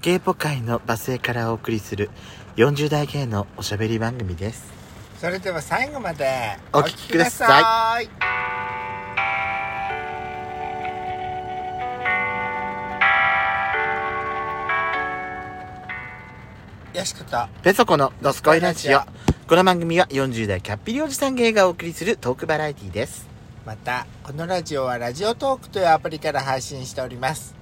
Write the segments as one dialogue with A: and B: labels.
A: ケーポ界のバスへからお送りする40代芸のおしゃべり番組です
B: それでは最後まで
A: お聞きくださ
B: いよしこと
A: ペソコのドスコイラジオこの番組は40代キャッピリおじさん芸がお送りするトークバラエティです
B: またこのラジオはラジオトークというアプリから配信しております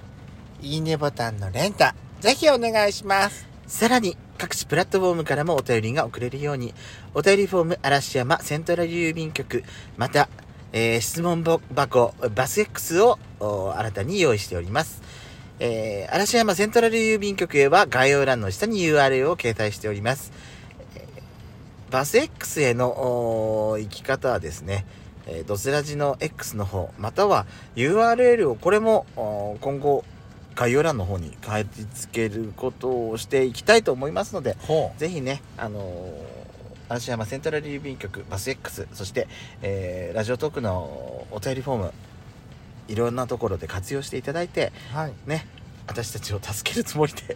B: いいねボタンの連打ぜひお願いします
A: さらに各種プラットフォームからもお便りが送れるようにお便りフォーム嵐山セントラル郵便局また、えー質問箱バス X をお新たに用意しております、えー嵐山セントラル郵便局へは概要欄の下に URL を掲載しております、えーバス X へのお行き方はですねえードスラジの X の方または URL をこれもお今後概要欄の方に書き付けることをしていきたいと思いますので
B: ほ
A: ぜひね、あのー嵐山セントラル郵便局バス X そして、えーラジオトークのお便りフォームいろんなところで活用していただいて
B: うはい
A: ね私たちを助けるつもりで、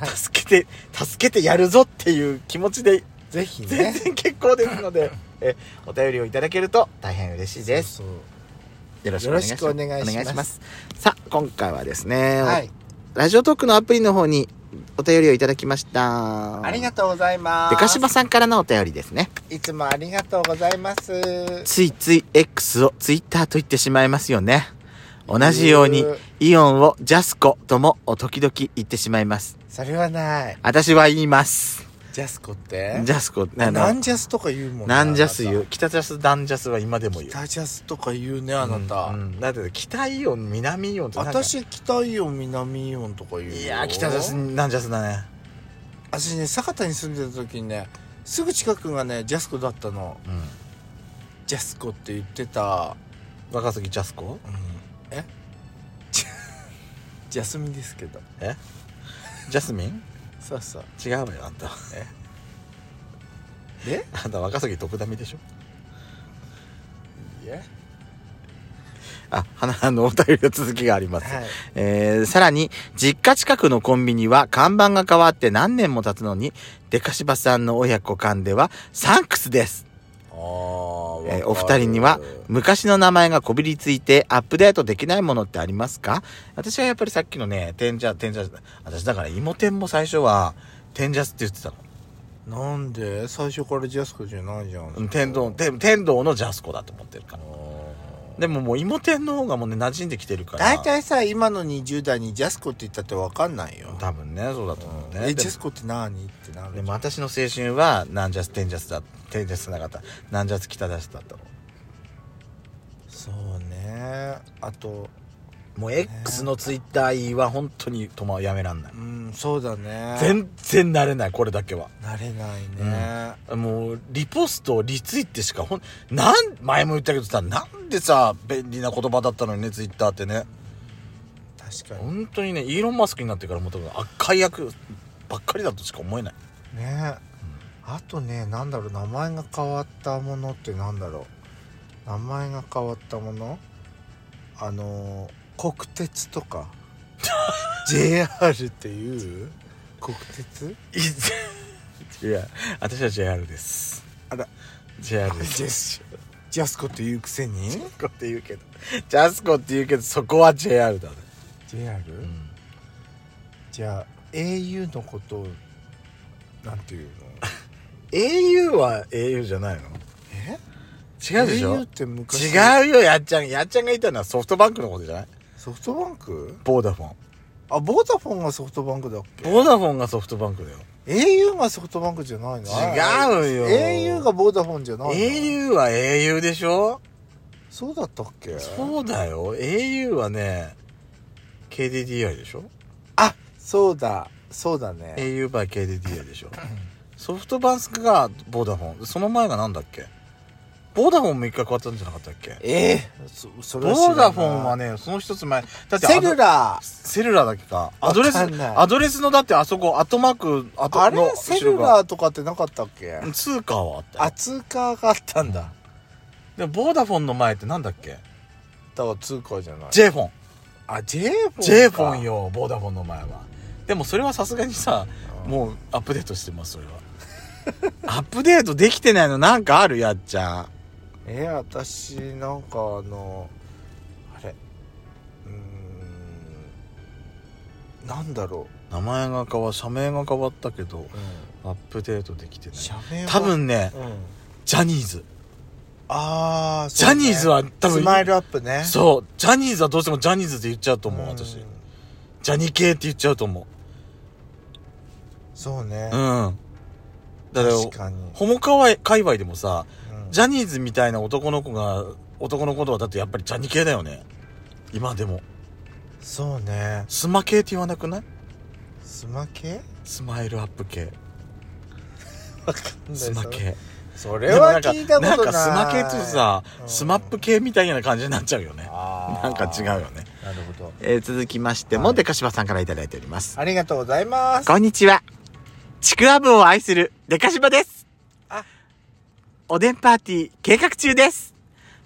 B: はい
A: 助けて助けてやるぞっていう気持ちで
B: ぜひ
A: 全
B: ね
A: 然結構ですの で、えお便りをいただけると大変嬉しいです
B: そう
A: よろしくお願いします
B: よろしくお願いします
A: さあ今回はですね、
B: そうはい
A: ラジオトークのアプリの方にお便りをいただきました
B: ありがとうございます
A: でかしばさんからのお便りですね
B: いつもありがとうございます
A: ついつい X を Twitter と言ってしまいますよね同じように
B: うー
A: イオンをジャスコとも時々言ってしまいます
B: それはない
A: 私は言います
B: ジャスコって
A: ジャスコあ
B: ナ
A: の
B: ンジャスとか言うもん
A: なんジャス言
B: 言
A: う北ジャスダンジャスは今でも言う
B: 北ジャスとか言うねあなた、
A: うんうんだって北イオン南イオンとなんか
B: 私北イオン南イオンとか言うよ
A: いやー北ジャスダンジャスだね
B: 私ね酒田に住んでた時にねすぐ近くがねジャスコだったの
A: うん
B: ジャスコって言ってた、
A: 若杉ジャスコ
B: うん、えジャジャスミンですけど
A: ジャスミン
B: そうそう
A: 違うわよあんた
B: で
A: あんた若杉徳みでしょ
B: いや
A: あ、花あのお便りの続きがあります。
B: はい
A: えー、さらに、実家近くのコンビニは看板が変わって何年も経つのに、デカシバさんの親子間ではサンクスです。
B: あー
A: えーお
B: わか
A: 二
B: る
A: 人には昔の名前がこびりついてアップデートできないものってありますか私はやっぱりさっきのね、天者、天者、私だから芋天も最初は、天者って言ってたの。
B: なんで最初からジャスコじゃないじゃん
A: うん天童、天天童のジャスコだと思ってるから。
B: あ
A: でももう芋天の方がもうね、馴染んできてるから。
B: 大体さ今の20代にジャスコって言ったって分かんないよ
A: 多分ね、そうだと思うね。
B: え
A: で
B: ジャスコって何ってなる
A: でも私の青春はナンジャステンジャスだテンジャスじゃなかったナンジャス北ダスだったの
B: そうねあと
A: もう X のツイッターは本当にとまやめらんない
B: うんそうだね
A: 全然慣れないこれだけは
B: 慣れないね、
A: もうリポストリツイってしかほんなん前も言ったけどさなんでさ便利な言葉だったのにねツイッターってね
B: 確か
A: 本当にねイーロン・マスクになってからもう多分赤い役ばっかりだとしか思えない
B: にねあとねなんだろう名前が変わったものってなんだろう名前が変わったものあのー国鉄と か JR っていう国鉄
A: いや私は JR です
B: あら
A: JR で
B: ジャスジャスコっていうくせに
A: ジャスコって言うけどジャスコって言うけどそこは JR だね、
B: JR?
A: うん、
B: じゃあ au のことをなんていうの
A: au は au じゃないの
B: え
A: 違うでし
B: au
A: ょ
B: って昔う
A: 違うよやっちゃんやっちゃんが言ったのはソフトバンクのことじゃない
B: ソフトバンク
A: ボーダフォン
B: あボーダフォンがソフトバンクだっけ
A: ボーダフォンがソフトバンクだよ
B: au がソフトバンクじゃないの
A: 違うよ
B: au がボーダフォンじゃないの
A: au は au でしょ
B: そうだったっけ
A: そうだよ au はね KDDI でしょ
B: あそうだそうだね
A: au by KDDI でしょソフトバンクがボーダフォンその前がなんだっけボーダフォンも一回変わったんじゃなかったっけ
B: ええそそれは知
A: ボ
B: ら
A: ー
B: ない
A: ダフォンはね、その一つ前。だって
B: セルラー
A: セルラだっけか。アドレス、
B: わかんない
A: アドレスのだってあそこ、後マーク、後
B: あ
A: の
B: れセ
A: 後ろ
B: ル
A: が
B: ラーとかってなかったっけ
A: 通貨はあった
B: あ
A: よ。
B: 通貨があったんだ
A: でも、ボーダフォンの前ってなんだっけ
B: だから通貨じゃない
A: ?J フォン。
B: あ J フォンか
A: J フォンよ、ボーダフォンの前は。でもそれはさすがにさもうアップデートしてますそれ はアップデートできてないのなんかあるやっちゃん
B: え私なんかあのあれうーんなんだろ
A: 名前が変わ社名が変わったけど
B: う、う
A: アップデートできて
B: ん、
A: ない
B: 社名は
A: 多、分ね
B: うん、
A: ジャニーズ
B: ああ、
A: ジャニーズは多分
B: スマイルアップねう
A: そうジャニーズはどうしてもジャニーズって言っちゃうと思う私
B: ん
A: ジャニ系って言っちゃうと思
B: そうね
A: ううんだから
B: 確かに、
A: ホモかわい界隈でもさ
B: うん
A: ジャニーズみたいな男の子が男の子とはだってやっぱりジャニ系だよね今でも
B: そうね
A: スマ系って言わなくない
B: スマ系
A: スマイルアップ系
B: わかんない
A: スマ系
B: それは
A: でも
B: 聞いたことない
A: んかんかスマ系って言うとさ、
B: うん
A: スマップ系みたいな感じになっちゃうよね
B: あー
A: なんか違うよね、
B: なるほど
A: えー続きまして
B: は
A: も
B: い
A: でかしばさんから頂いております
B: ありがとうございます
A: こんにちはちくわぶを愛するでかしばです
B: あ
A: おでんパーティー計画中です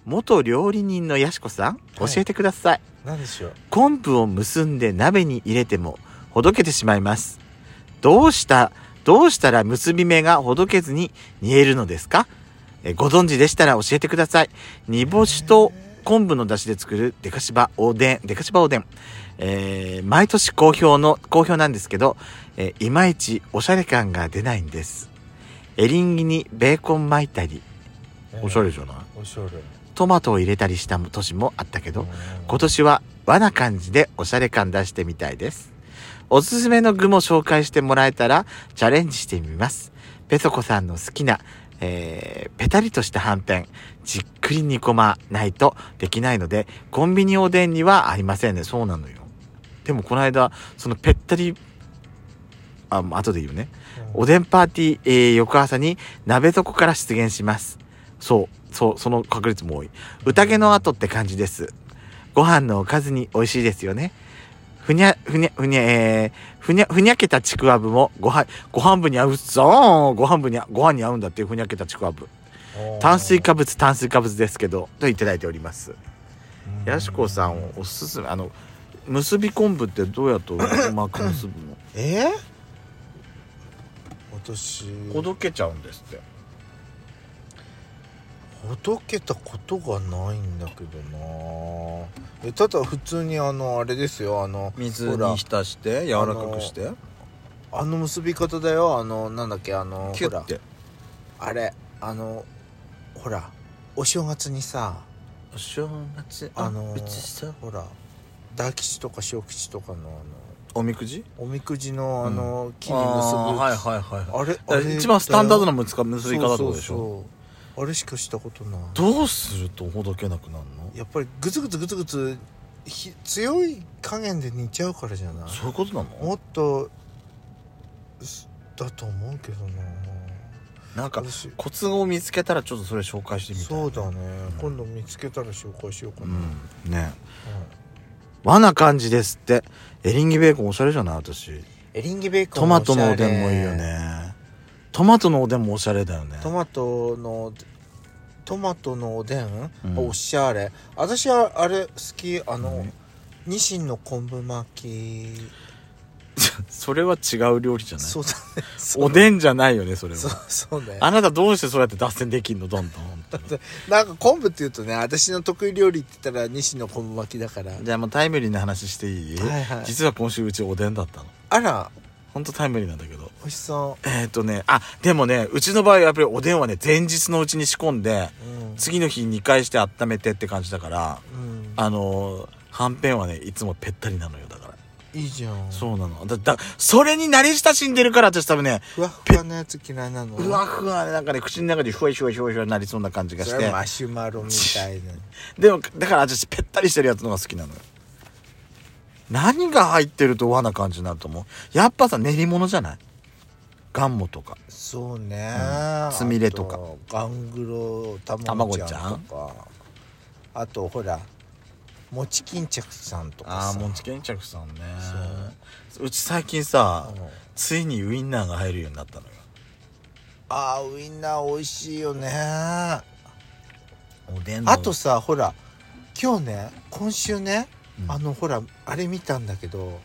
A: 元料理人のやしこさん教
B: はい
A: えてください
B: 何でしょう
A: 昆布を結んで鍋に入れてもほどけてしまいますどうしたどうしたら結び目がほどけずに煮えるのですかえご存知でしたら教えてください煮干しと昆布の出汁で作るデカシバおでんデカシバおでん、えー毎年好評の好評なんですけど、えーいまいちおしゃれ感が出ないんですエリンギにベーコン巻いたりおしゃれじゃない
B: おしゃれ
A: トマトを入れたりした年もあったけど
B: うん
A: 今年は和な感じでおしゃれ感出してみたいです。おすすめの具も紹介してもらえたらチャレンジしてみます。ペソコさんの好きな、えー、ペタリとしたはんぺん、じっくり煮込まないとできないので、コンビニおでんにはありませんね。そうなのよ。でもこの間、そのぺったり、あ、もう後で言うね。おでんパーティー、えー翌朝に鍋底から出現します。そう、そう、その確率も多い。宴の後って感じです。ご飯のおかずに美味しいですよね。ふにゃ、ふにゃ、ふにゃ、えー、ふにゃ、ふにゃけたちくわぶもごは、ご飯部に合うぞご飯部にあ、ご飯に合うんだっていうふにゃけたちくわぶ。
B: おー
A: 炭水化物、炭水化物ですけど、といただいております。
B: うん
A: やしこさんおすすめ、あの、結び昆布ってどうやとうまく結ぶ の
B: え私ほど
A: どけちゃうんですって。
B: けたことがないんだけどなえただ普通にあのあれですよあの
A: 水
B: ほら
A: に浸して柔らかくして
B: あの結び方だよあのなんだっけあの
A: キュ
B: ほ
A: ッ
B: ら
A: て
B: あれあのほらお正月にさ
A: お正月
B: あの
A: うちさ
B: ほら大吉とか小吉とかのあの
A: おみくじ
B: おみくじのあの、木に結ぶ
A: あーはいはいはい
B: あれ
A: だ
B: あ
A: か
B: れ
A: ら一番スタンダードな結び方ってこ
B: そう
A: と
B: そう
A: でしょ
B: そうあれしかしたことない
A: どうするとほどけなくなるの
B: やっぱりグツグツグツグツひ強い加減で煮ちゃうからじゃない
A: そういうことなの
B: もっとすだと思うけどな
A: なんか
B: 私
A: コツを見つけたらちょっとそれ紹介してみたい
B: そうだね、
A: うん
B: 今度見つけたら紹介しようか
A: う
B: な、うん
A: んね和な感じですってエリンギベーコンおしゃれじゃない私
B: エリンギベーコン
A: トマトのお
B: おしゃ
A: で
B: れ
A: んもいいよねトマトのおでんもおしゃれだよね
B: トマトのトマトのおでん、
A: うん
B: おしゃれ私はあれ好きあの、
A: 何
B: ニシンの昆布巻
A: それは違う料理じゃ
B: き
A: ない
B: そうだねそう
A: おでんじゃないよねそれは
B: そうそうね
A: あなたどうしてそうやって脱線できんのどんどん本当に
B: なんか昆布っていうとね私の得意料理って言ったら西の昆布巻きだから
A: じゃあもうタイムリーな話していい、
B: はいはい
A: 実は今週うちおでんだったの
B: あら
A: ほんとタイムリーなんだけど
B: 美味しそ
A: えっ、とねあでもねうちの場合はやっぱりおでんはね前日のうちに仕込んで
B: ううん、
A: 次の日2回して温めてって感じだから
B: うん、
A: あのー、はんぺんはねいつもぺったりなのよだから、
B: いいじゃん
A: そうなのだだそれに慣れ親しんでるから私多分ね
B: ふわふわのやつ嫌いなの
A: うわふわなんかね口の中でふわいふわいふわいふわになりそうな感じがし
B: そ
A: て
B: れマシュマロみたいな
A: でもだから私ぺったりしてるやつの方が好きなのよ何が入ってると和な感じになると思うやっぱさ練り物じゃないガンモとか
B: そうね
A: うんつみれとか
B: あガングロ卵ちゃんとかあとほらもち巾着さんとかさ
A: もちけんちゃくさんねうち最近さ
B: うん
A: ついにウインナーが入るようになったのよ
B: あーウインナー美味しいよね
A: おでん
B: あとさほら今日ね今週ね、
A: うん
B: あのほらあれ見たんだけど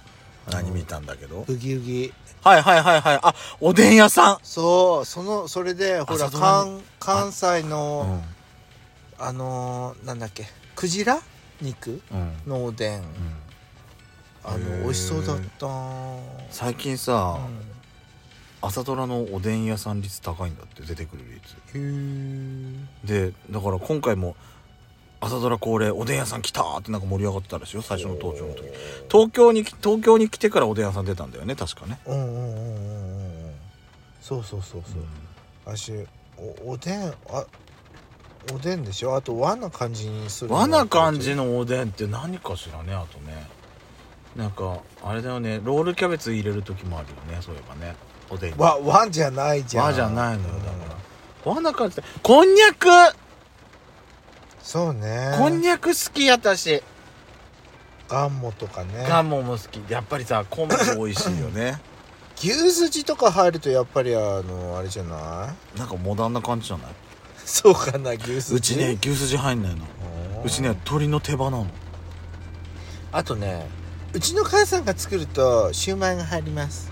B: あ
C: 何
B: の
C: 見たんだけど
B: ウギウギ
A: はいはいはいはい。あ、おでん屋さん。
B: そうそのそれでほら
A: 朝ドラ
B: 関関西
C: う
B: の
C: ん
B: あのーなんだっけクジラ肉
C: うん
B: のおでんあ
A: へー
B: の美味しそうだった
C: 最近さ、
B: う
C: 朝ドラのおでん屋さん率高いんだって出てくる率
B: んへ
C: でだから今回も朝ドラ恒例おでん屋さん来たーってなんか盛り上がってたんですよ最初の登場の時東京に東京に来てからおでん屋さん出たんだよね確かね、
B: えうんうんうんうんうんうんそうそうそうそう、私おおでんあおでんでしょあと和な感じにする
C: 和な感じのおでんって何かしらねあとねなんかあれだよねロールキャベツ入れる時もあるよねそういえばねおでんに
B: 和和じゃないじゃん
C: 和じゃないのよだか
B: う
C: ら、和
B: ん
C: な感じでこんにゃく、
B: そうね
A: こんにゃく好き私。
B: ガンモとかね
A: ガンモンも好き。やっぱりさ、昆布美味しいよ ね。
B: 牛すじとか入るとやっぱりあのあれじゃない
C: なんかモダンな感じじゃない
B: そうかな牛すじ
C: うちね牛すじ入んないの
B: うん
C: うちね鶏の手羽なの
B: あとねうちの母さんが作るとシューマイが入ります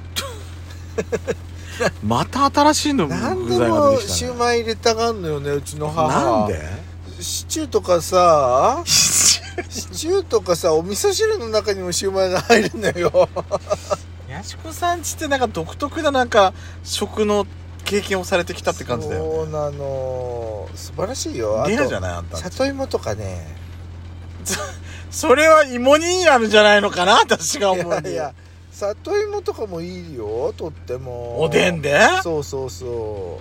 C: また新しいの具
B: 何で
C: 材が出
B: も
C: てき
B: シ
C: た
B: ュー
C: ね
B: マイ入れたがんのよねうちの母
C: なんで
B: シチューと かさシチューとかさお味噌汁の中にもシューマイが入るのよ
A: やしこさんちってなんか独特ななんか、食の経験をされてきたって感じだよ。
B: そうなの素晴らしいよあと
C: レアじゃないあんた
B: 里芋とかね
A: それは芋にあるんじゃないのかな私が
B: い
A: 思う
B: や
A: に。
B: いや里芋とかもいいよとっても
A: おでんで
B: そうそうそ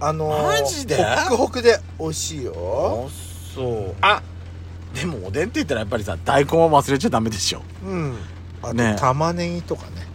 B: うあの
A: マジで
B: ホックホクで美味しいよ
A: あそうあでもおでんって言ったらやっぱりさ大根は忘れちゃダメでしょ
B: うんあと
A: ね
B: 玉ねぎとかね